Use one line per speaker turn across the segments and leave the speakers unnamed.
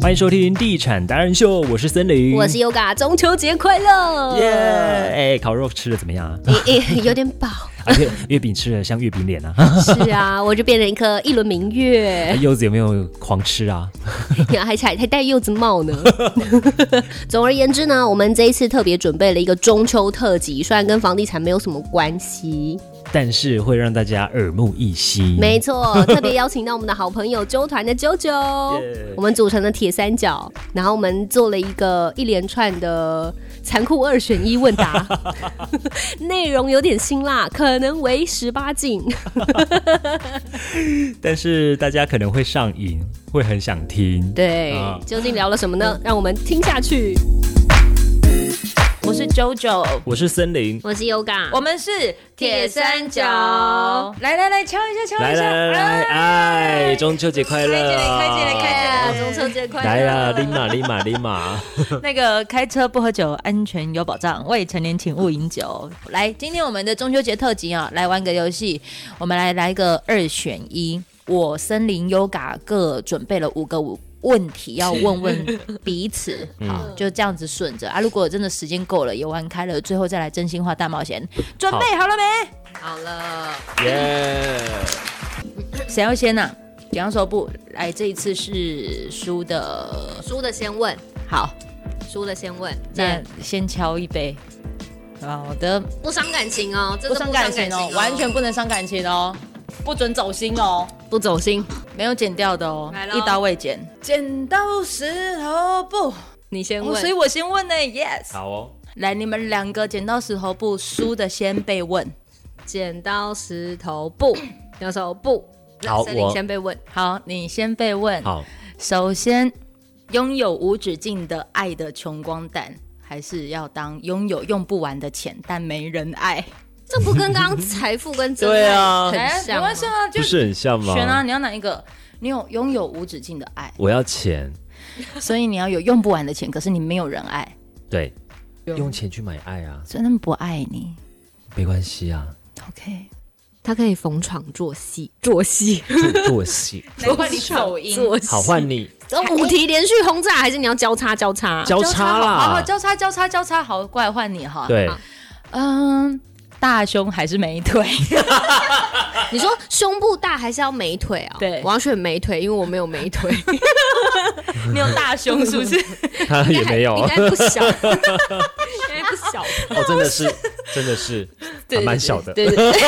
欢迎收听《地产达人秀》，我是森林，
我是 Yoga，中秋节快乐！
耶！哎，烤肉吃的怎么样啊？
也也有点饱。
啊月月饼吃的像月饼脸啊！
是啊，我就变成一颗一轮明 月，
柚子有没有狂吃啊？
还还还戴柚子帽呢。 总而言之呢，我们这一次特别准备了一个中秋特辑，虽然跟房地产没有什么关系，
但是会让大家耳目一新。
没错，特别邀请到我们的好朋友纠团的啾啾，我们组成了铁三角，然后我们做了一个一连串的残酷二选一问答，内容有点辛辣，可能为十八禁。
但是大家可能会上瘾，会很想听。
对，
啊
究竟聊了什么呢？让我们听下去。
我是 JoJo，
我是森林，
我是 Yoga，
我们是
铁三角
来来来，敲一下，敲一下，啊
来来来来，哎，中秋节快乐啊！
开起来开起来开起来
哎中秋节快乐！
来呀，立马立马立马！
那个开车不喝酒，安全有保障，未成年请勿饮酒。来，今天我们的中秋节特辑啊，来玩个游戏，我们来来个二选一。我森林 Yoga 各准备了五个五。问题要问问彼此，
嗯
好，就这样子顺着啊。如果真的时间够了，也玩开了，最后再来真心话大冒险。准备好了没？
好了，
耶，
谁要先呢、啊？比方说不，来这一次是输的，
输的先问，
好，
输的先问，
那先敲一杯。好的，
不伤感情哦，真的
不伤
不
感
伤
情
情
哦，完全不能伤感情哦，不准走心哦，
不走心。
没有剪掉的哦
来，咯
一刀未剪。剪刀石头布，
你先
我所以
问，
我先问呢，yes。
好哦，
来，你们两个剪刀石头布输的先被问。
剪刀石头布，要手布。
好
森林
我
先被问，
好，你先被问。
好，
首先，拥有无止境的爱的穷光蛋，还是要当拥有用不完的钱但没人爱？
这不跟刚刚财富跟真爱
对啊
很像哦
没
吗
关系啊，就
不是很像吗？
选啊，你要哪一个？你有拥有无止境的爱，
我要钱，
所以你要有用不完的钱，可是你没有人爱，
对，用钱去买爱啊，
所以他们不爱你。
没关系啊，
OK，
他可以逢场作戏，作戏，
做做 戏。
难怪你口音
作戏。
好，换你
这五题连续轰炸，还是你要交叉交叉？
交叉
好好好
啦，
哦交叉交叉交叉，哦好，过来换你哈。，
对，
嗯，大胸还是美腿？
你说胸部大还是要美腿啊？
对
我要选美腿，因为我没有 美腿，
你有大胸是不是？
他也没有，
应
哦，
该不 小，应该不小，
真的是，真的是，还蛮小的，
哦 对对对，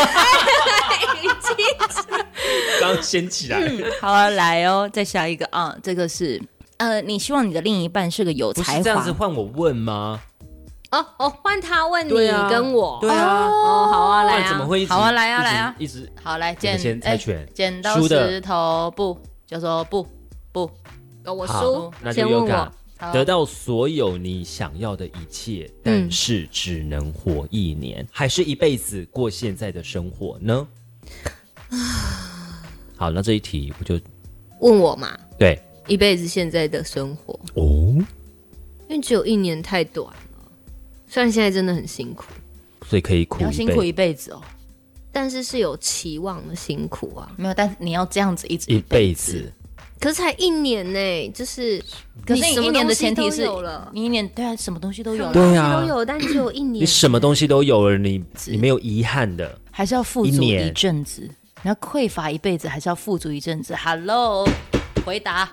刚掀起来，
好啊，来哦，再下一个啊，这个是呃，你希望你的另一半是个有
不
才
是这样子
华。
换我问吗？
哦哦，换他问你
对啊
跟我，
对啊，
哦，好啊，
不
来
然怎么
啊，
会一直
好啊来啊
一直
来啊
一直
好，来
你
剪，
们先猜
哎
拳
剪刀
输的
石头布，就说不不，
哦我
好
输，
那就
先问
Yoga
我，
好
得到所有你想要的一切，但是只能活一年，还是一辈子过现在的生活 呢？好，那这一题我就
问我嘛，
对
一辈子现在的生活，
哦，
因为只有一年太短了，虽然现在真的很辛苦，
所以可以苦
你要
一
辛苦
辈
一辈子哦。
但是是有期望的辛苦啊，
没有，但你要这样子一直
一辈子，
可是才一年呢，就是，
可是
你
你
什么
一年的
东西
前提
都
是
有了，
你一年对啊，什么东西都有
对
了，
啊
都有，但只有一年，
你什么东西都有了，你你没有遗憾的，
还是要富
一
足
年
一阵子。你要匮乏一辈子，还是要富足一阵子？Hello，回答。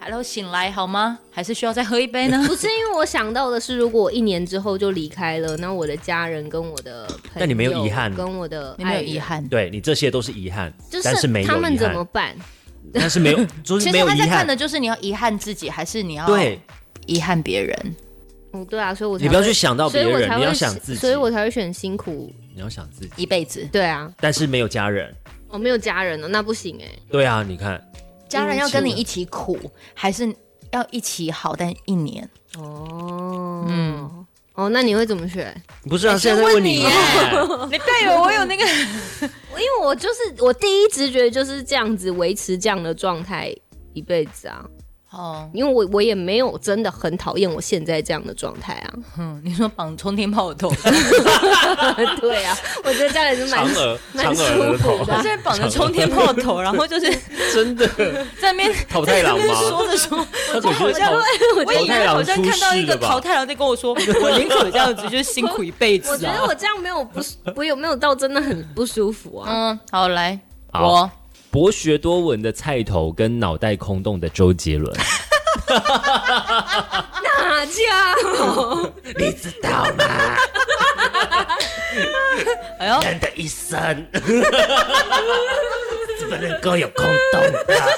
Hello，醒来好吗？还是需要再喝一杯呢？
不是因为我想到的是，如果我一年之后就离开了，那我的家人跟我的朋友，
但你没有遗憾
跟我的
你没有遗
爱
憾，
对你这些都是遗憾，
人，
但
就是
没有遗
他
憾，
们怎么办？
但是没 有，就是
其
没
实
有
他
遗
在看
憾。
的就是你要遗憾自己，还是你要
对，
遗憾别人？
嗯，对啊，所以哦我才
你不要
会
去想到别
所以我才
人，
会
你要想自己，
所以我才会选辛苦。
你要想自己，
一辈子，
对啊，
但是没有家人。
我没有家人了，那不行哎、
对啊，你看，
家人要跟你一起苦，还是要一起好？但一年，
哦，嗯，哦，那你会怎么选？
不
哎
是啊，现在在
问
问你
你
嘛，
啊
你对我，我有那个
因为我就是我第一直觉就是这样子维持这样的状态一辈子啊。
哦，
因为我我也没有真的很讨厌我现在这样的状态啊。
嗯，你说绑冲天炮的 头，
对啊，我觉得这样也是蛮
嫦娥
蛮
嫦
舒
娥的
服
头
的啊
现。在 绑着冲天炮的头，然后就是
真 的
在那边
桃太郎吗？
说着说，
他总觉得桃
我
桃
以
太
为好
郎
像
出
看到一
事
个
了
淘
吧？
汰了在跟我说，我宁可这样子，就是辛苦一辈
我
子
觉得
啊。
我这样没有不，我有没有到真的很不舒服啊？
嗯，好来，
好
我
博学多闻的菜头跟脑袋空洞的周杰 伦，
哪家伙？
你知道吗？
哎呦，
人的一生 怎么能够有空洞啊的？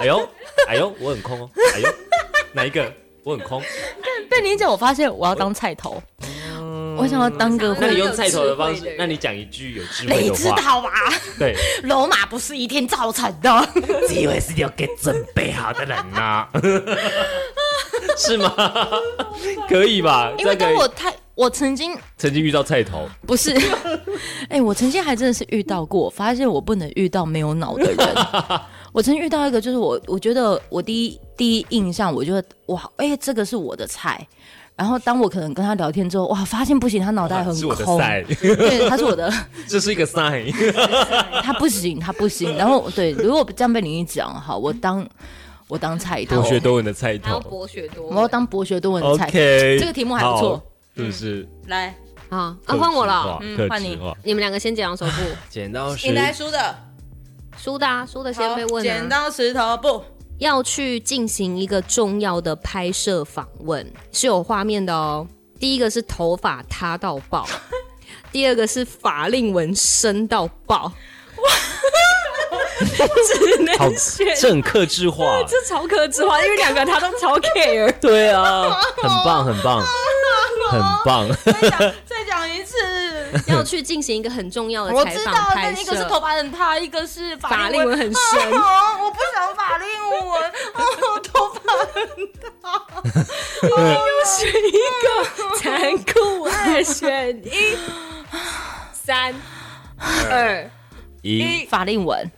哎呦，哎呦，我很空哦。哎呦，哪一个？我很空。
被你讲，我发现我要当菜头，
嗯
我想要当个
那
那
你
你用
用有菜
菜
头
头
的
的
方
方
式智慧
式
的人，
那
那
你讲一句有智慧
你
的
知
话。
道吧？
对，
罗马不是一天造成的。
机会是留给准备好的人啊呐、是吗？可以吧？
因为
这样可
当
以
我太，我曾经
曾经遇到菜头，
不是， 哎、我曾经还真的是遇到过，我发现我不能遇到没有脑的人。 我曾经遇到一个，就是我，我觉得我第一第一印象，我觉得哇，哎、这个是我的菜。然后当我可能跟他聊天之后，哇，发现不行，他脑袋很
是我的
空，
赛，
对，他是我的，
这是一个 sign。
他不行，他不行。然后对，如果这样被你一讲，好，我当我当菜头
博，学多闻的菜
还要
头
博学多闻
我要当博学多闻菜。
，OK，
这个题目还不错
好，是不是？
来，
好啊，换我了。
嗯
客制化
换你。
你们两个先剪刀手布，
剪刀石
赢的还是输的，
输的啊，输的先被
好
问啊。
剪刀石头布。
要去进行一个重要的拍摄访问，是有画面的哦。第一个是头发塌到爆，第二个是法令纹深到爆， 只能
好
选，
这很克制化，
这超可之花，因为两个他都超 care。
对啊，很棒，很 棒，很棒。
再讲再讲一次。
要去进行一个很重要的
我
采
知
访
道，
拍
但
摄，
一个是头发很塌，一个是
法
法
令
令
纹
纹。
很深。
哦，我不想法令纹，哦，头发
选一个，残酷二选一，三二，
咦，
法令纹，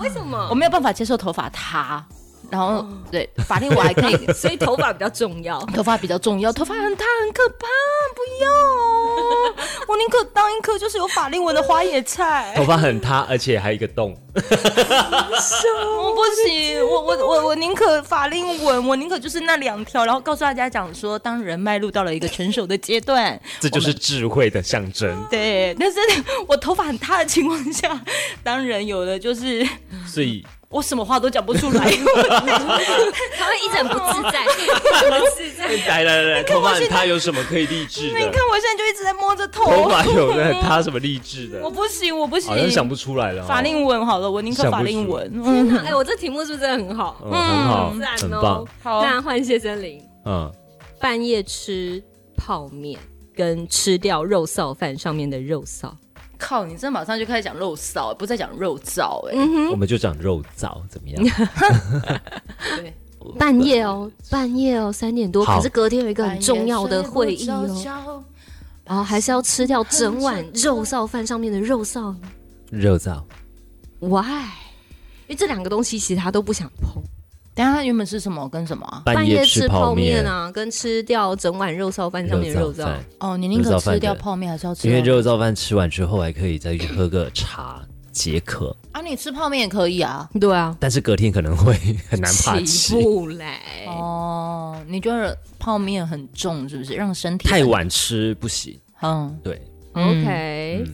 为什么
我？没有办法接受头发塌。然后对法令纹还可以，
所以头发比较重要。
头发比较重要，头发很塌很可怕，不 要哦、我宁可当一颗就是有法令纹的花野菜。
头发很塌，而且还有一个洞。
我不行，我我我我宁可法令纹，我宁可就是那两条，然后告诉大家讲说，当人迈入到了一个成熟的阶段，
这就是智慧的象 征。
对。但是我头发很塌的情况下，当然有的就是
所以
我什么话都讲不 出来，
他会一直很不自在， 不自在。
来来来，头发很塌有什么可以励志
你
的？
看我现在就一直在摸着头，
头发有的塌什么励志的
我？不行，我不行，
好像想不出来了哦。
法令纹好了，我宁可
想不
法
出
令纹，嗯，
哎，我这题目是不是真的很好？
嗯，很好，
赞
很
哦
棒。。
好
那换谢森林，
嗯，
半夜吃泡面跟吃掉肉臊饭上面的肉臊。
靠，你这马上就开始讲肉臊，不再讲肉燥，哎、
我们就讲肉燥怎 么样？
对，
半夜哦，半夜哦，三点多，
好
可是隔天有一个很重要的会议哦，
哦。
然后还是要吃掉整碗肉臊饭上面的肉臊。
肉燥
Why？因为这两个东西其实他都不想碰，
等一下，它原本是什么跟什么啊、
半夜
吃
吃泡
面
面，
啊，跟吃掉整碗肉臊
啊
饭上面的
肉
肉
燥
臊
饭。，
哦，你宁
肉
可
燥饭
吃掉
的
泡面，还是要
啊
吃？
因为肉燥饭吃完之后还可以再去喝个茶解渴，
啊，你吃泡面也可以啊。
对啊，
但是隔天可能会很难爬
起
起。
不来。
哦，你觉得泡面很重是不是？让身体
太。晚吃不行，
嗯，
对，
嗯
OK，、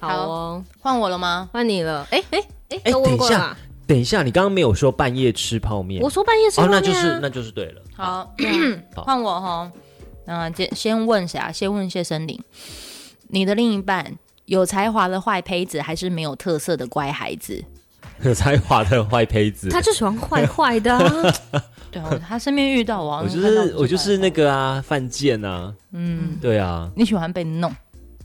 好哦，
换我了吗？
换你了。哎哎哎，
哎
都问过了
等
吧？
等一下，你刚刚没有说半夜吃泡面，
我说半夜吃泡
哦，
面、啊
那就是那就是对了。
好，
好
换我哈。那先先问谁啊？先问谢森林，你的另一半有才华的坏胚子，还是没有特色的乖孩子？
有 才华的坏胚子，
他就喜欢坏 坏的、啊，
对 啊，我他身边遇到我，
我就
好像看
是
到
我就是那
个，
个啊，犯贱啊，
嗯，
对啊，
你喜欢被弄，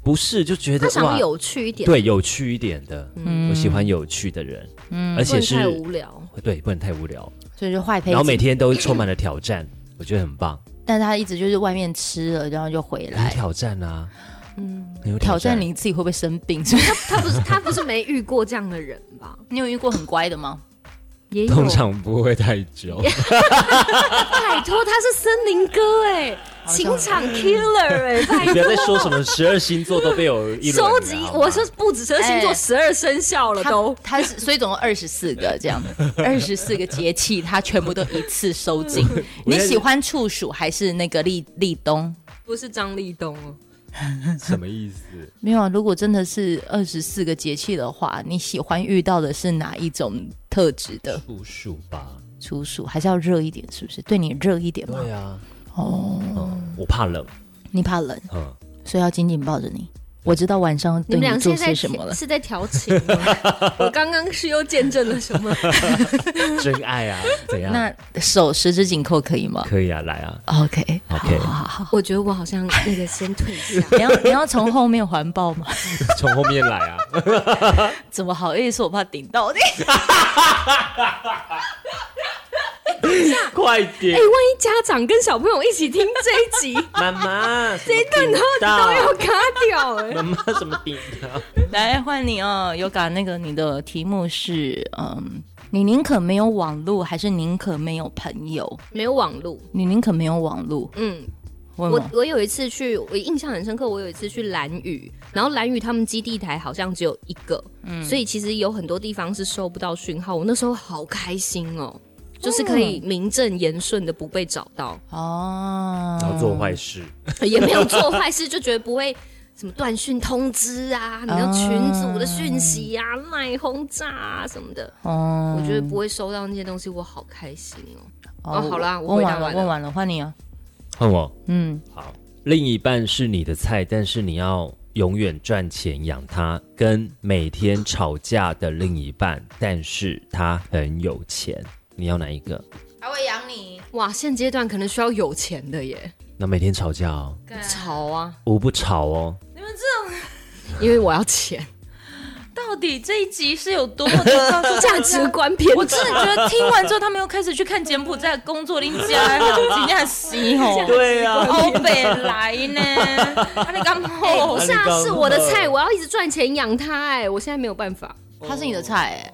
不是就觉得
他想要
哇
有趣一点，，
对有趣一点的，
嗯
我喜欢有趣的人，
嗯
而
不
且
能太
是
无聊。
对不能太无聊，
所以就坏胚
然后每
子。
天都充满了挑战，我觉得很棒，
但他一直就是外面吃了，然后就回
很有
来，
挑战啊，嗯，很有
挑
战
战你自己会不 会生病？是不是？
他不是他不是没遇过这样的人吧？
你有遇过很乖的吗？
也有。
通常不会太 久。
拜托，他是森林哥哎，情场 killer 哎，拜
不
托
要再说什么十二星座都被我一轮
收
了
集
好，吗
我是不止十二星座，
哎
十二生肖了
他
都。
他是所以总共二十四个这 样，二十四个节气，他全部都一次收 紧。
我
你
在
喜欢处暑还是那个立立冬？
不是张立东哦，
什么意思？
没有啊，如果真的是二十四个节气的话，你喜欢遇到的是哪一种特质的
不数吧？
处暑？还是要热一点，是不是？对你热一点吗？
对啊，
哦，
嗯，我怕冷，
你怕冷，
嗯，
所以要紧紧抱着你。我知道晚上
你
对
们俩
做
现在
些什么了。
是在调情吗？我刚刚是又见证了什么？
真爱啊，怎样？
那手十指紧扣可以 吗
可以啊，来啊，
？OK
OK
好好好好。
我觉得我好像那个先退下。
你要你要从后面环抱吗？
从后面来啊，
怎么好意思？我怕顶到你。
快
哎、
点，
万一家长跟小朋友一起听这一集，
妈妈，
这一段都
啊
都要卡掉哎、
妈妈什么顶到？
来换你哦，有感那个你的题目是嗯，你宁可没有网络，还是宁可没有朋友？
没有网路，
你宁可没有网络？
嗯，
为什
我
么？
我有一次去，我印象很深刻。我有一次去蓝屿，然后蓝屿他们基地台好像只有一个，所以其实有很多地方是收不到讯号。我那时候好开心哦，就是可以名正言顺的不被找到，
哦，
然后做坏事，
也没有 做坏事，就觉得不会。什么断讯通知啊，你要群组的讯息啊，赖轰炸啊什么的，
哦
我觉得不会收到那些东西，我好开心哦。
哦
哦好啦我
问
回答
完了，
完了
问完了，换你啊。
换我。
嗯，
好，另一半是你的菜，但是你要永远赚钱养他，跟每天吵架的另一半，但是他很有钱，你要哪一个？
他会养你。
哇，现阶段可能需要有钱的耶，
那每天吵架哦，
吵啊，
我不吵哦，
因为我要钱，
到底这一集是有多么的
价值？观偏
我
差
真的觉得听完之后，他们又开始去看柬埔寨工作林家，今天死吼，
对啊，
欧北来呢，他在干嘛？
哎、不是
啊你
啊，
刚
是我的
刚
菜，我要一直赚钱养它。哎，我现在没有办法。
他是你的菜哎。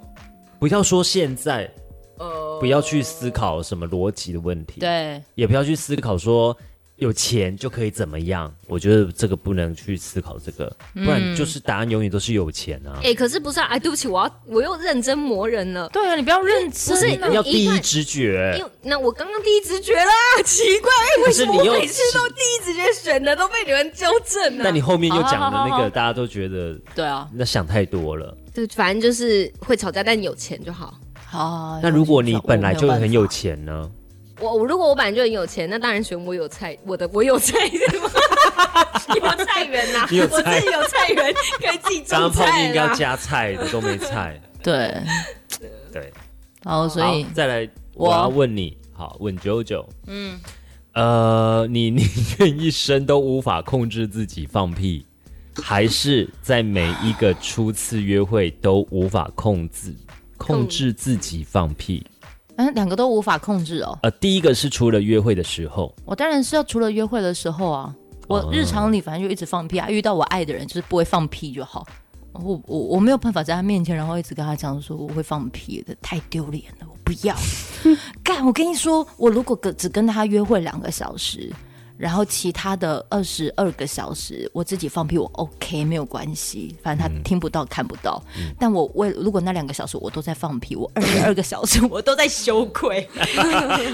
不要说现在，
呃，
不要去思考什么逻辑的问题，，
对，
也不要去思考说有钱就可以怎么样，我觉得这个不能去思考这个，不然就是答案永远都是有钱啊。
哎、可是不是啊？哎，对不起，我要我又认真磨人了。
对啊，你不要认
不
真啊，
是
你要
一
第一
半
直觉
因，为那我刚刚第一直觉啦， 奇怪，哎为
可
什
是
么
你
我
又
每次都第一直觉选的都被你们纠正了、
但你后面又讲
好好
的
好
那
好
个，大家都觉得
对啊，
那想太多了。
对，反正就是会吵架，但有钱就好。
好。
那如果你
哦
本来就
我没
很
办
有
法，
钱呢？
我我如果我本来就很有钱，那当然选我有菜，我的我有菜， 有菜园呐、
你有
我
菜
自己有菜园， 可以自己
刚刚
种
泡面
菜
应该
啦
要。加菜的，都没 菜。
对，
对，
然后所以
好，再来，
我
我要问你，好，问九九，嗯，呃， 你宁愿一生都无法控制自己放屁，还是在每一个初次约会都无法控制控制自己放屁？
嗯，两个都无法控制哦。
呃，第一个是除了约会的时候，
我当然是要除了约会的时候啊，我
哦
日常里反正就一直放屁啊，遇到我爱的人就是不会放屁就好。我我我没有办法在他面前，然后一直跟他讲说我会放屁的，太丢脸了，我不 要。干，我跟你说，我如果跟只跟他约会两个小时，然后其他的二十二个小时我自己放屁，我 OK 没有关系，反
嗯
正他听不到、看不到。但我为如果那两个小时我都在放屁，我二十二个小时我都在羞愧，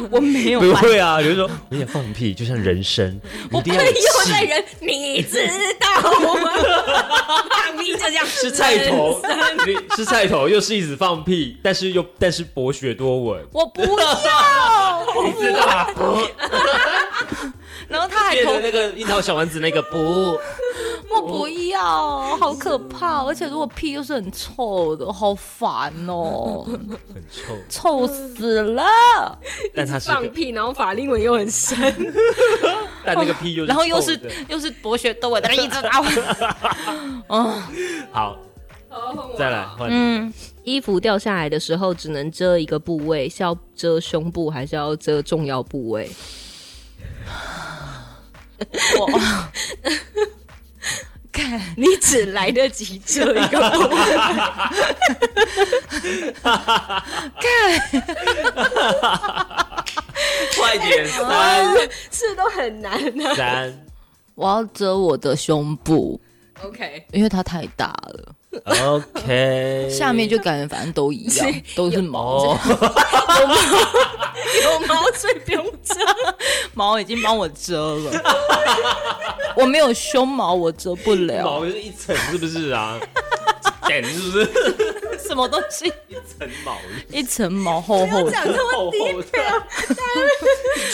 我没有
不
办法。
会啊，比如说 有点放屁，就像人 生，你一定要有
又在
气
人，你知道吗？放屁就这样，
是菜头， 你是菜头，又是一直放屁，但是又但是博学多闻，
我不要，
你知道吧？
然后他还
变
投
成那个樱桃小丸子那个 不，哎
我不要，好可怕！而且如果屁又是很臭的，好烦哦，
很臭，
臭死了。
但它是个
放屁，然后法令纹又很深，
但那个屁又
然后又
臭
是
的
又是博学多闻的人 一直打我。
好，再来换你
嗯，
衣服掉下来的时候只能遮一个部位，是要遮胸部还是要遮重要部位？
我看
你只来得及遮一个部位，
快点，三
是都很难 啊。
三
我要遮我的胸部，
OK，
因为它太大了，
，OK，
下面就感觉反正都一样，都是毛，
哎哦，
有毛所以不用遮， 毛已经帮我遮了。我没有胸毛，我遮不了。
毛就是一层，是不是啊？ 点是不是
什么东西？
一层毛？
一层毛厚厚的，
厚厚的，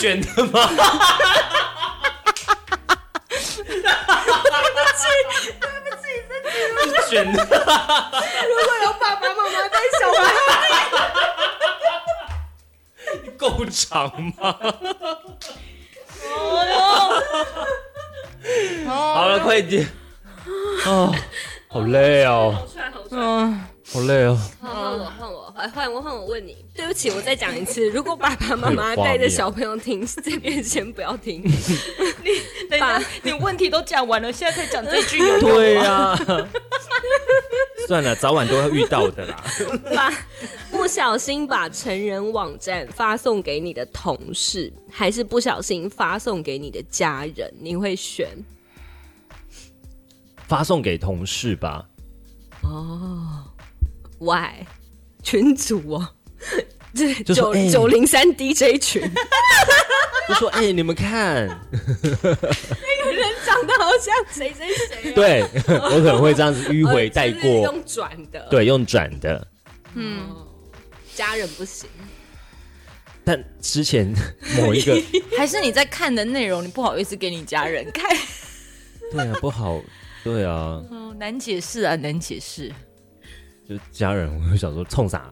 卷的吗？对不起，对不起，卷的，
有爸爸妈妈带小孩，
够长 吗？
哎
好了，快点。哦，好累哦，
帅好帅。
嗯，
好累哦。
好换我，换我，哎换我，换我问你。对不起，我再讲一次。如果爸爸妈
有画
妈
面
带着小朋友听，这边先不要听。
等一
下
下，你问题都讲完了，现在才讲这句有
对呀、算了，早晚都会遇到的啦。
把不小心把成人网站发送给你的同事，还是不小心发送给你的家人，你会选？
发送给同事吧。
Why？群主哦，这
就说
九
哎
九零三 DJ 群，
就说：“哎、你们看，
有人 长得好像谁谁谁、啊，
对我可能会这样子迂回带
哦就是
过，
用转的，，
对，用转的。
家人不行，
但之前某一个，
还是你在看的内容，你不好意思给你家 人看，
对啊，不好，对啊，
哦，难解释啊，难解释。
就家人，我就想说冲啥，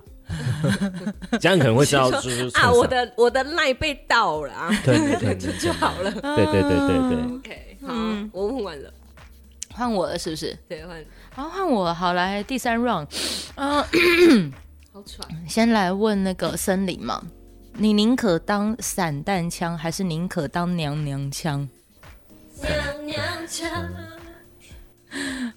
家人可能会知道，就是冲啥
啊，我的我的赖被盗了啊，
对对对
就
对
就好了。
对对对对对，
OK，好，
嗯
我问完了，
换我了是不是？
对，换
然后换我好来第 三 round，嗯、
好喘，
先来问那个森林嘛，你宁可当散弹枪，还是宁可当娘娘腔？
娘娘腔，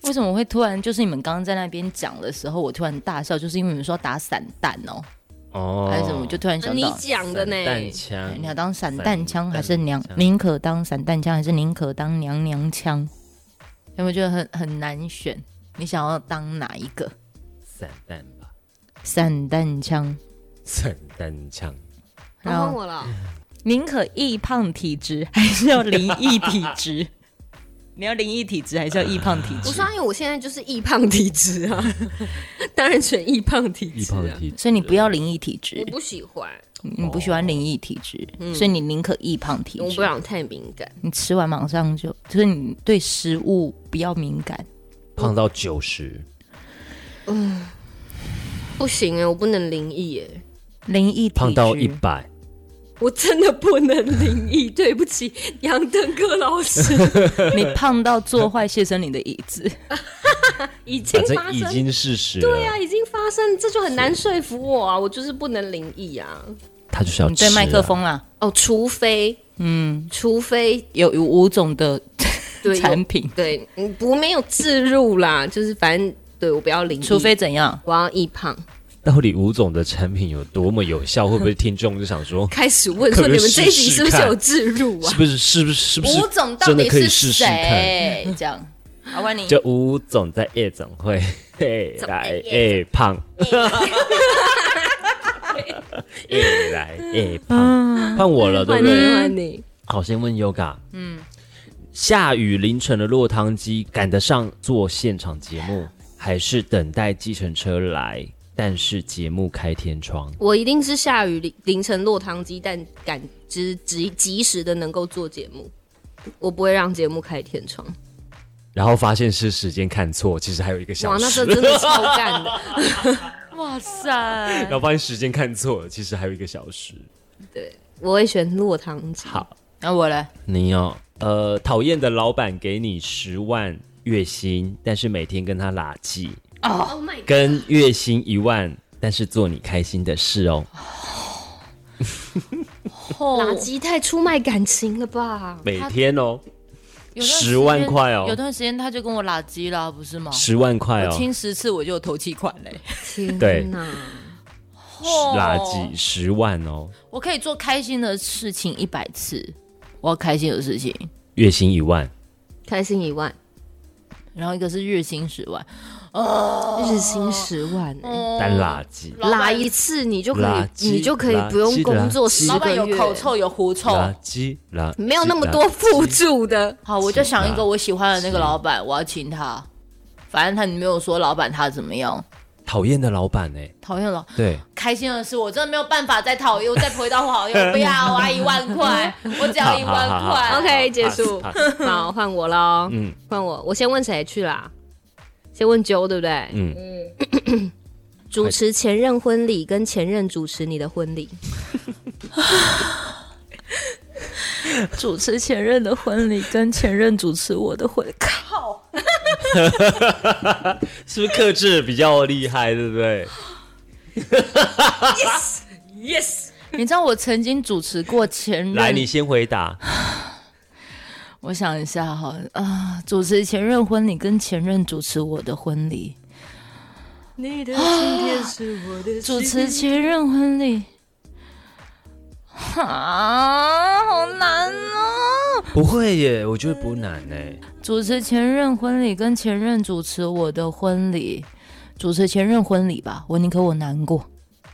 为什么会突然就是你们刚刚在那边讲的时候，我突然大笑，就是因为你们说打散弹哦，
哦，
还是什么，我就突然想
你
到。
讲的呢？
弹枪，
你要当嗯散弹枪还是
散弹
娘？
枪
宁可当散弹枪还是宁可当娘娘腔？有没有觉得很很难选？你想要当哪一个？
散弹吧，
散弹枪，
散弹枪，
然
然
后换
后
我了，
宁可易胖体质，还是要灵异体质？ 你要灵异体质还是要易胖体
我
质？
说因为我现在就是易胖体质啊， 当然选易胖体
易
质
胖
啊，
体，
所以你不要灵异体质
我，不喜欢，
你不喜欢灵异体质，所以你宁可易胖体
我不
质。
想太敏感。
你吃完马上就，就是你对食物不要敏感。
胖到九十，
不行哎、我不能灵异哎，
灵异体质
胖到一百，
我真的不能灵异，对不起，杨登科老 师
你胖到坐坏谢森林的椅子，
已经
反
发
正已
生。
经事实了，
对啊，已经发生，这就很难说服我啊！我就是不能灵异啊。
他就是要
你对
吃
麦克
啊
风啦。
哦，除非，嗯，除非
有有五种 的
对有
产品，
对，你不没有置入啦，就是反正对我不要灵异，
除非怎样？
我要易胖。，
到底吴总的产品有多么有效？会不会听众就想说
开始问说
可
你
能
们这一集是
试
不是
试看
有置入啊
是？不是？是不是？是不是
吴总？到
真的
底
可以
是
试试看。
谁？这样，阿关你
就吴总在夜总会，嘿
总在
来
夜
哎胖，哎来哎胖，换我了，对不对？
欢迎你，
好，先问 Yoga，嗯，下雨凌晨的落汤鸡赶得上做现场节目，还是等待计程车来？但是节目开天窗，
我一定是下雨凌凌晨落汤鸡，但敢之及及时的能够做节目，我不会让节目开天窗。
然后发现是时间看错，其实还有一个小，
哇
时。
那这 真的超干的，
哇塞
然，后发现时间看错了，其实还有一个小时。
我会选落汤鸡。
好，
那我嘞？
你哦，呃，讨厌的老板给你十万月薪，但是每天跟他拉鸡，
，Oh my
跟月薪一万，但是做你开心的事哦。
哦
垃圾太出卖感情了吧？
每天哦，
有段时间
十万块哦
有，段时间他就跟我拉鸡了，不是吗？
十万块
我
哦，
亲十次我就有投气款嘞，
对
天哪，
垃
哦
圾十万哦，
我可以做开心的事情一百次，我要开心的事情，
月薪一万，
哦开心一万，
然后一个是日薪十万，哦
日薪十万欸
但垃圾，
老板
拉一次你就可
垃
以，
圾
你就可以不用工作十
老
个
板有
月，
口臭有狐臭。
垃圾，垃圾
没有那么多辅助的。
好，我就想一
是
个
啊
我喜欢的那个老板，我要请他。反正他你没有说老板他怎么样，
讨厌的老板哎，
讨厌老
对，
开心的是我真的没有办法再讨厌，我再回到我 好友，不要我要一万块，我只要一万
好好好
块。
OK，结哎束
pass，
好，换我喽，
嗯
换我，我先问谁去啦？先问九，对不对？
嗯，
主持前任婚礼跟前任主持你的婚礼，
主持前任的婚礼跟前任主持我的婚礼，靠，
是不是克制比较厉害，对不对？
你知道我曾经主持过前任，
来，你先回答，
我想一下哈啊，主持前任婚礼跟前任主持我的婚礼，
你的今天是我 的
主持前任婚礼，啊，好难哦！
不会耶，我觉得不难哎，
主持前任婚礼跟前任主持我的婚礼，主持前任婚礼吧，我宁可我难过。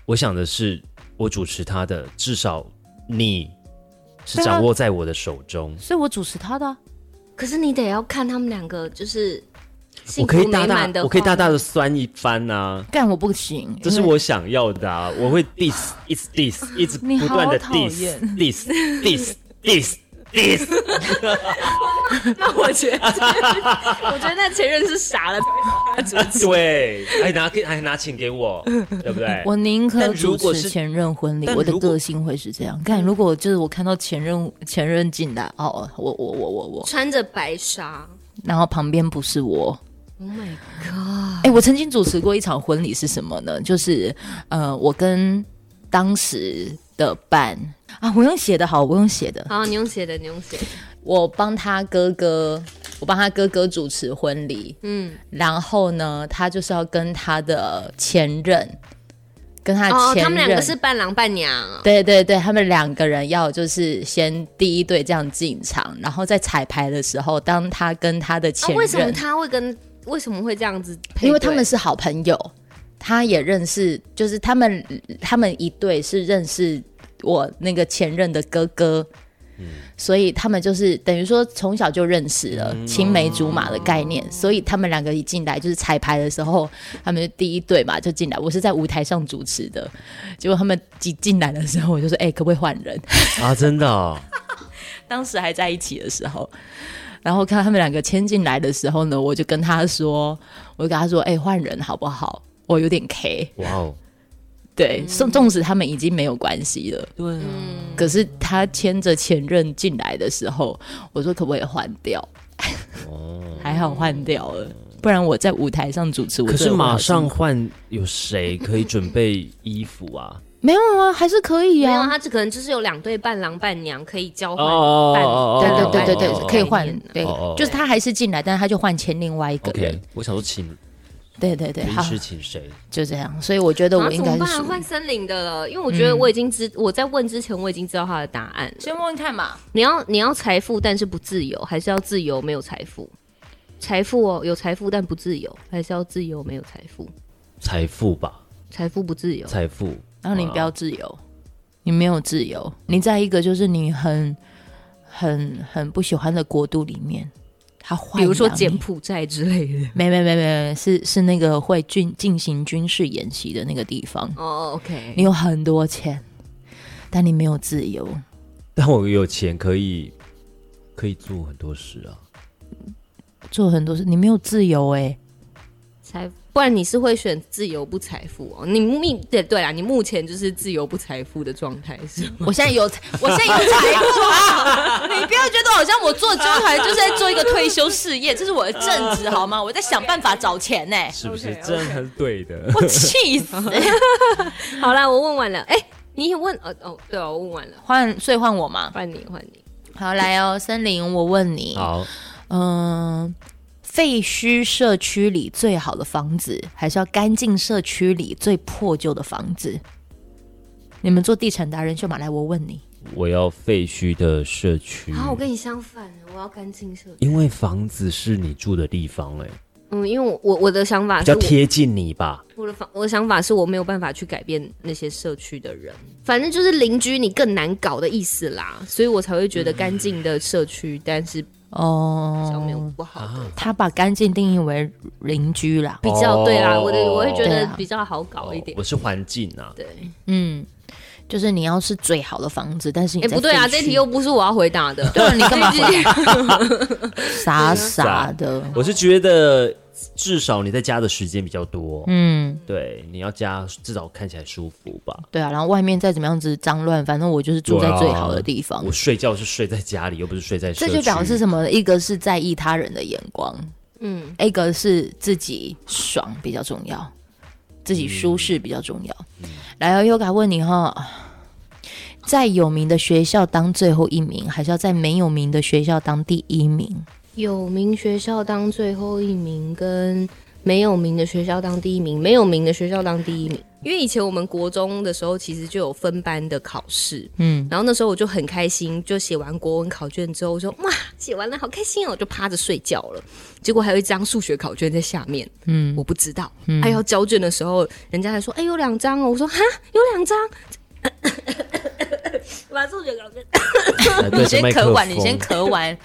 我想的是，我主持他的，至少你是
对啊
掌握在我的手中。
所以我主持他的啊、
可是你得要看他们两个就是
我
幸
可
福
以大
美
大
满的，
我可以大
画面
大的酸一番呐、
干我不行，
这是
因为
我想要的啊！我会 diss，一直 diss，一直
你
不断的
好讨厌
diss，diss，diss，diss。diss
那 我觉得，我觉得那前任是傻了。
对，哎拿给哎拿请给我，对不对？
我宁可
但
主
如果
持
是
前任婚礼，
但
我的
如果
个性会是这样。干，如果就是我看到前任前任进来，哦，我我我我我，
穿着白纱
然后旁边不是我。
，Oh my
哎、我曾经主持过一场婚礼，是什么呢？就是呃，我跟当时的伴啊，我用写的好，我用写的，
好，你用写的，你用写的。
我帮他哥哥，我帮他哥哥主持婚礼，
嗯，
然后呢，他就是要跟他的前任，跟
啊
他
哦
的，前任，
他们两个是伴郎伴娘哦。
对对对，他们两个人要就是先第一队这样进场，然后在彩排的时候，当他跟他的
啊
前，任，
为什么他会跟为什么会这样子配对？啊
因为他们是好朋友，他也认识，就是他们他们一对是认识我那个前任的哥哥。所以他们就是等于说从小就认识了
嗯
青梅竹马的概念，所以他们两个一进来就是彩排的时候，他们第一对嘛就进来，我是在舞台上主持的，结果他们一进来的时候，我就说：“哎、可不可以换人？”
啊，真的、哦，
当时还在一起的时候，然后看他们两个牵进来的时候呢，我就跟他说，我就跟他说，哎、换人好不好？我有点 K，
哇哦，
对，
嗯
纵纵使他们已经没有关系了，
对啊，
可是他牵着前任进来的时候，我说可不可以换掉？
哦。
还好换掉了，不然我在舞台上主持，我
可
真
是
的会
马
好辛苦
上换，有谁可以准备衣服啊？
没有啊，还是可以
没有，
啊。
他只可能就是有两对伴郎伴娘可以交换
哦
伴。
哦哦
对
哦
啊对对对
哦哦
对，
哦
可以换
概念啊，
对
哦哦，
就是他还是进来，但是他就换签另外一个人
OK，，我想说请
对对对，
临
好，
时请谁？
就这样，所以我觉得我
啊
应
怎
该
么
是属
办？
于
换森林的了，因为我觉得我已经知、我在问之前我已经知道他的答案了。
先问问看嘛。
你要你要财富，但是不自由，还是要自由没有财富？财富哦，有财富但不自由，还是要自由没有财富？
财富吧，
财富不自由，
财富。
然后你不要自由，你没有自由，你在一个就是你很、很、很不喜欢的国度里面，他
比
比
如说柬埔寨之类的。
没没没没没，是是那个会军进行军事演习的那个地方，
哦，OK、
你有很多钱，但你没有自由。
但我有钱可以可以做很多事啊。
做很多事，你没有自由哎、
财，不然你是会选自由不财富哦。你目对对啦，你目前就是自由不财富的状态 是吗？
我现在有，我现在有财 富，啊你不要觉得好像我做纠团就是在做一个退休事业，这是我的正 职好吗？我在想办法找钱呢、
是不是这样才是对的？
我气死！
好啦，我问完了。哎、你也问哦哦，对哦，我问完了，
换，所以换我嘛。
换你换你。
好，来哦，森林，我问你，
好，
嗯、废墟社区里最好的房子，还是要干净社区里最破旧的房子？你们做地产达人秀嘛，来，我问你，
我要废墟的社
嗯
区，
啊，我跟你相反，我要干净社区。
因为房子是你住的地方、哎，
嗯，因为我我我的想法
比
是
较
我
贴近你吧。
我的法，我的想法是我没有办法去改变那些社区的人，反正就是邻居你更难搞的意思啦，所以我才会觉得干净的社区，但是比较没有
哦，
不好的，
他把干净定义为邻居啦，
比较对啦，我的
哦
我会觉
对
得
啊
比较好搞一点
我。是环境啊，
对，
嗯，就是你要是最好的房子，但是你
哎，
在
不对啊，
废墟
这题又不是我要回答的。
对啊，你干嘛
这一题啊
傻傻的？
我是觉得至少你在家的时间比较多，
嗯，
对，你要家至少看起来舒服吧。
对啊，然后外面再怎么样子脏乱，反正我就是住在最好的地方
我。睡觉是睡在家里，又不是睡在社区。
这就表示什么？一个是在意他人的眼光，
嗯，
一个是自己爽比较重要，自己舒适比较重要。
嗯
来哦，Yoga 问你哈，在有名的学校当最后一名，还是要在没有名的学校当第一名？
有名学校当最后一名，跟没有名的学校当第一名，没有名的学校当第一名。因为以前我们国中的时候，其实就有分班的考试，
嗯，
然后那时候我就很开心，就写完国文考卷之后，我说哇，写完了好开心哦，我就趴着睡觉了。结果还有一张数学考卷在下面，嗯，我不知道。还要交卷的时候，人家还说哎有两张哦，我说哈有两张， 把数学考卷
哎对
你
着
先
麦克
咳完，你
风
先咳完。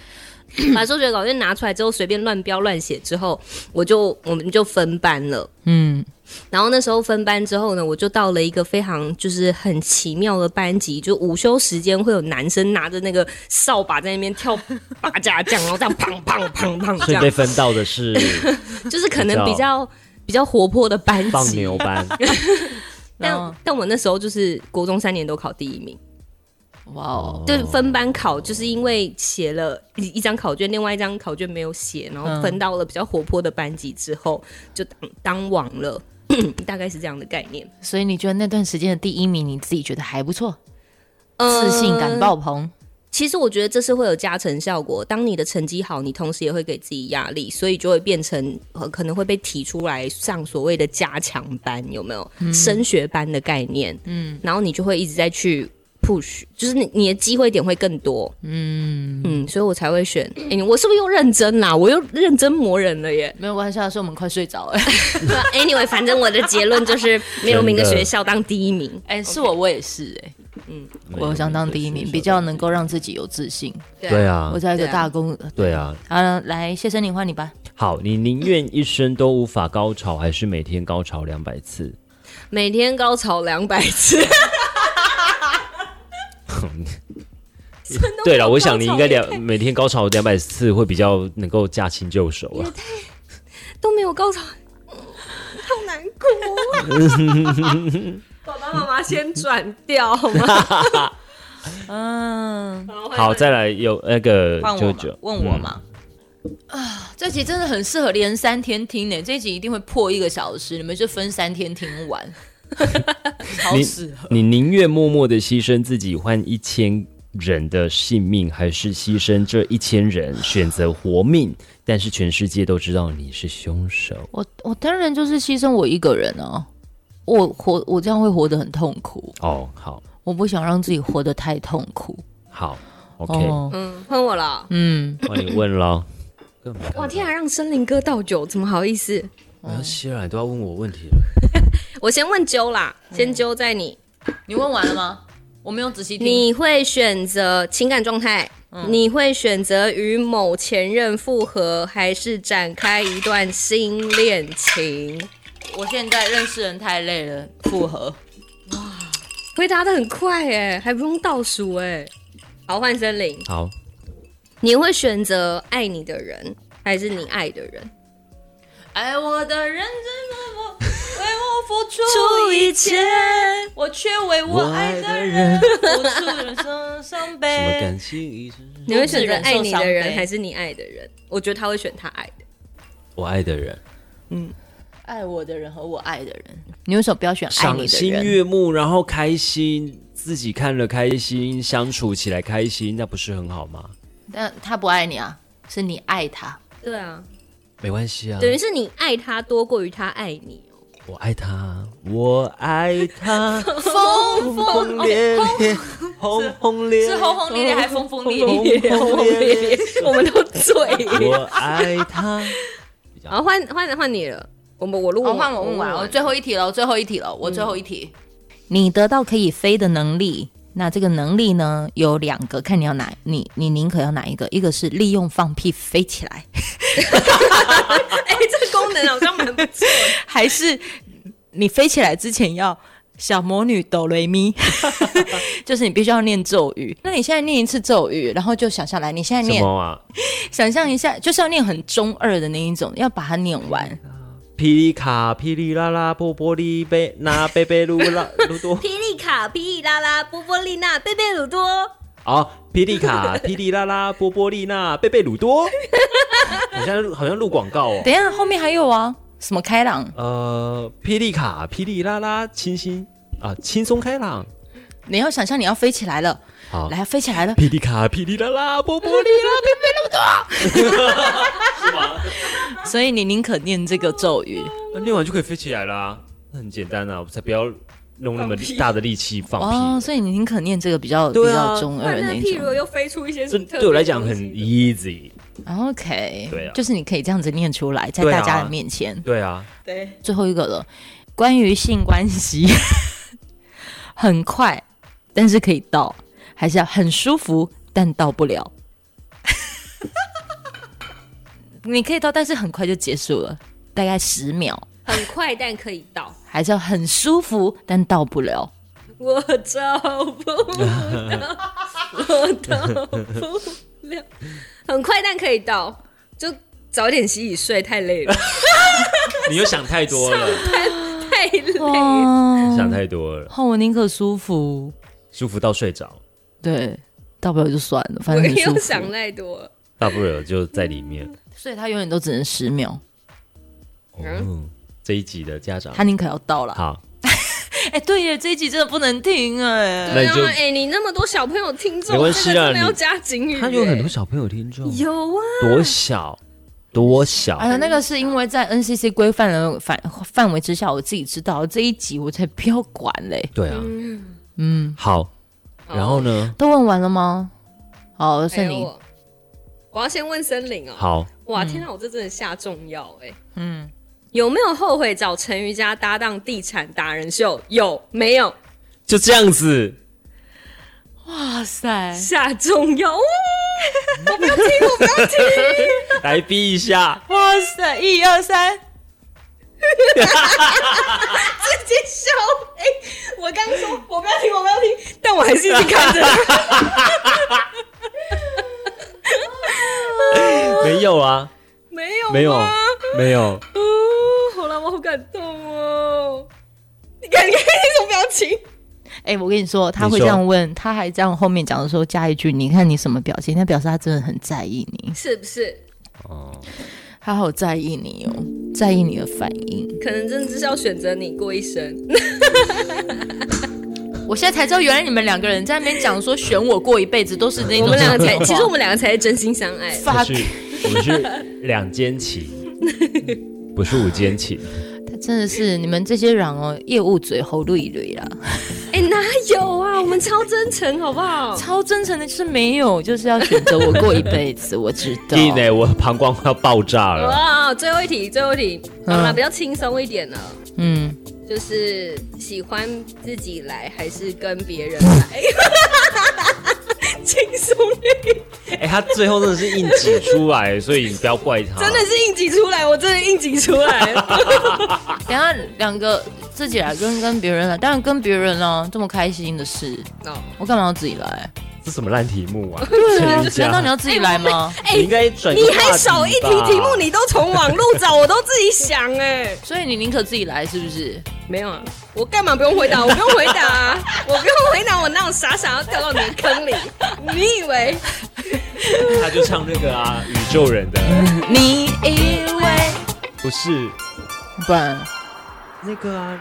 把数学考卷拿出来之后随便乱标乱写之后，我就我们就分班了。
嗯
然后那时候分班之后呢，我就到了一个非常就是很奇妙的班级，就午休时间会有男生拿着那个扫把在那边跳八家将，然后这样砰砰砰砰这
所以被
样，
分到的是
就是可能
比较
比较比较活泼的班
放
级。
牛 班，
然后
但但我那时候就是国中三年都考第一名，
哇哦，
就是分班考，就是因为写了一一张考卷，另外一张考卷没有写，然后分
嗯
到了比较活泼的班级之后，就当当王 了，大概是这样的概念。
所以你觉得那段时间的第一名，你自己觉得还不错，
呃
自信感爆棚。
其实我觉得这是会有加成效果。当你的成绩好，你同时也会给自己压力，所以就会变成、呃、可能会被提出来上所谓的加强班，有没有、
嗯
升学班的概念？嗯，然后你就会一直在去 push，就是你你的机会点会更多。嗯嗯，所以我才会选。哎、我是不是又认真啦？我又认真磨人了耶。
没有关系啊，是我们快睡着了。
啊 anyway，反正我的结论就是没有名的学校当第一名。
哎、是我，我也是哎、我想当第一名，比较能够让自己有自信。
对啊
我，在一个
对啊
大公，
对啊。
好了，来，谢生你换你吧。
好，你宁愿一生都无法高潮，还是每天高潮两百次？
每天高潮两百次。
对了，我想
高
你
潮
应该
也
两每天高潮两百次会比较能够驾轻就熟啊。
都没有高潮，嗯 好难过、啊 爸爸妈妈先转掉好吗？
嗯，
好，再来有那个
换我
舅
嘛
舅
问我嘛。
嗯
啊，这集真的很适合连三天听呢，这集一定会破一个小时，你们就分三天听完，好
你
适合。
你宁愿默默的牺牲自己换一千人的性命，还是牺牲这一千人选择活命？但是全世界都知道你是凶手。
我我当然就是牺牲我一个人啊，我活我这样会活得很痛苦，
哦，好，
我不想让自己活得太痛苦。
好，OK，
哦，
嗯，换我了。
嗯，
换、你问 喽。
哇天啊，让森林哥倒酒，怎么好意思？
没
嗯
关系啦，你都要问我问题了。
我先问揪啦，先揪在你，
你问完了吗？我没有仔细听。
你嗯会选择情感状态？你会选择与某前任复合，还是展开一段新恋情？
我现在认识人太累了，复 合。
回答的很快哎、还不用倒数哎、好，换森林，
好，
你会选择爱你的人，还是你爱的人？
爱我的人真的我为我付
出
出一
一切
切，我却为我爱的人付出人生伤
什么
悲。
感情一直
你会选择爱你的
不止忍受伤
人
悲
还是你爱的人？我觉得他会选他爱的。
我爱的人，
爱我的人和我爱的人，你为什么不要选爱
赏
你的
心
人？
悦目，然后开心，自己看了开心，相处起来开心，那不是很好吗？
但他不爱你啊，是你爱他。
对啊，
没关系啊，
等于是你爱他多过于他爱你。
我爱他，我爱他，
疯
轰轰烈烈，轰轰烈烈，
是轰轰烈烈还疯疯烈烈？
烈，轰轰烈烈，
我们都 醉
我爱他。
好，换换换你了，我们我录
好，
完，
换我问完，我
完。
最后一题了，最后一题了，我最后一题。你得到可以飞的能力，那这个能力呢有两个，看你要哪，你你宁可要哪一个？一个是利用放屁飞起来，
哎，这功能好像 蛮不错。
还是你飞起来之前要小魔女哆 瑞咪，就是你必须要念咒语。那你现在念一次咒语，然后就想下来，你现在
什
念，
么啊？
想象一下，就是要念很中二的那一种，要把它念完。
嗯霹雳卡，霹雳啦啦，波波利贝那贝贝噜啦噜 多。
霹雳卡、霹雳拉拉、波波丽娜、贝贝鲁多，
好，霹雳哦卡，霹雳啦啦，波波利娜，贝贝鲁多。好像录好像录广告哦。
等一下，后面还有啊，什么开朗？
呃，霹雳卡，霹雳啦啦，清新啊，轻松开朗。
你要想象你要飞起来了，
好，
来飞起来了，
霹雳卡，霹雳啦啦，波波利啦，
所以你宁可念这个咒语。
那念完就可以飞起来啦、那很简单啊，我才不要弄那么力大的力气放
哦，
屁。
所以你宁可念这个比较、比
对啊
较中二的那一种。
又飞出一些
这对我来讲很 easy。
OK，
对啊
就是你可以这样子念出来，在
对
大
啊
家的面前。
对啊，
对，
最后一个了，关于性关系， 很快，但是可以到，还是要很舒服，但到不了。 你可以到，但是很快就结束了，大概十秒，
很快但可以到，
还是要很舒服，但到不了。
我找不到，我到不了，很快但可以到，就早点洗洗睡，太累了，
你又想太多了，
太累了。
哇
想太多了，
哦，我宁可舒服，
舒服到睡着，
对，到不了就算了，反
我
正很舒
又想
服。
太多了，
大不了就在里面。
所以他永远都只能十秒，
哦，这一集的家长
他宁可要到了。
好，
哎、对耶，这一集真的不能停哎。
那
对
你就
啊，哎，你那么多小朋友听众，
没关系啊
这个真的要
你
加警语，
他有很多小朋友听众，
有啊，
多小多小，
哎呀，那个是因为在 NCC 规范的范范围之下，我自己知道这一集我才不要管嘞。
对啊，嗯，好，然后 呢？
都问完了吗？好，
还
是
有
你，
我，哎我要先问森林哦。
好，
哇，天哪，我这真的下重药哎、
嗯，
有没有后悔找陈瑜佳搭档地产达人秀？有没有
就这样子，
哇塞，
下重药？哦
来逼一下，
哇塞，一二三，
直接笑！哎、我刚说我不要听，我不要听，但我还是一直看 着他。
没有啊，
没有，
没有
吗？，
没有，
哦，好了，我好感动哦。你看，你看那种表情，
哎、我跟你说，他
你
会
说
这样问，他还这样后面讲的时候加一句，你看你什么表情，他表示他真的很在意你，
是不是？
哦，
他好在意你哦，在意你的反应。
可能真的是要选择你过一 生。
我现在才知道，原来你们两个人在那边讲说选我过一辈子都是那种
我们两个才
讲，话
其实我们两个才是真心相爱。
我
fuck，
是我是两间起，不是五间起，
他真的是你们这些人哦，业务嘴猴绿绿啦，
哎、哪有啊？我们超真诚，好不 好？
超真诚的，就是没有，就是要选择我过一辈子，我知 道。
弟呢，我膀胱快要爆炸
呃
了，
哇，最后一题，最后一题，好了，
嗯
比较轻松一点了，
嗯，
就是喜欢自己来还是跟别人来？ 轻松一点，
哎，他最后真的是硬挤出来，所以你不要怪他，
真的是硬挤出来，我真的硬挤出 来了。
等一下两个自己来跟跟别人来，当然跟别人啊，这么开心的事，
哦
我干嘛要自己来？
这什么烂题目啊？陈瑜伽
难道你要自己来吗？
哎、
你应该转个
你
话
还少一题
吧
题目，你都从网路找，我都自己想哎、
所以你宁可自己来，是不是？
没有啊，我干嘛不用回答？我不用回答 啊，我不用回答，我那种傻傻要掉到你的坑里，你以为？
他就唱那个啊，宇宙人的，
你
哎
以为
不是
不然
那个啊，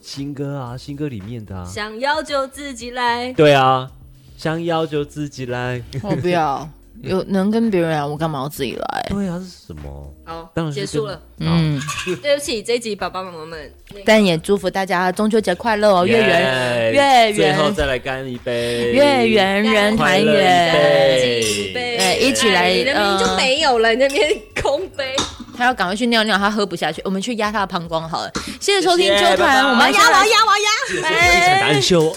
新歌啊，新歌里面的啊，
想要就自己来。
对啊，想要就自己来，
我不要，有能跟别人来，我干嘛要自己来？
对啊，这是什么？
好
当然是
结
跟
束了。
嗯，
对不起，这一集爸爸妈妈们，
但也祝福大家中秋节快乐哦，月
耶
圆月圆
最后再来干一杯，
月圆人
快
团
乐
圆。
一杯。
哎一起来
哎你的名就
嗯
没有了，你那边空杯。
他要赶快去尿尿，他喝不下去，我们去压他的膀胱好了。谢谢收听
谢谢
纠
拜拜
团，我们
我要，
下
我
来
要，我要。
这是非常难修。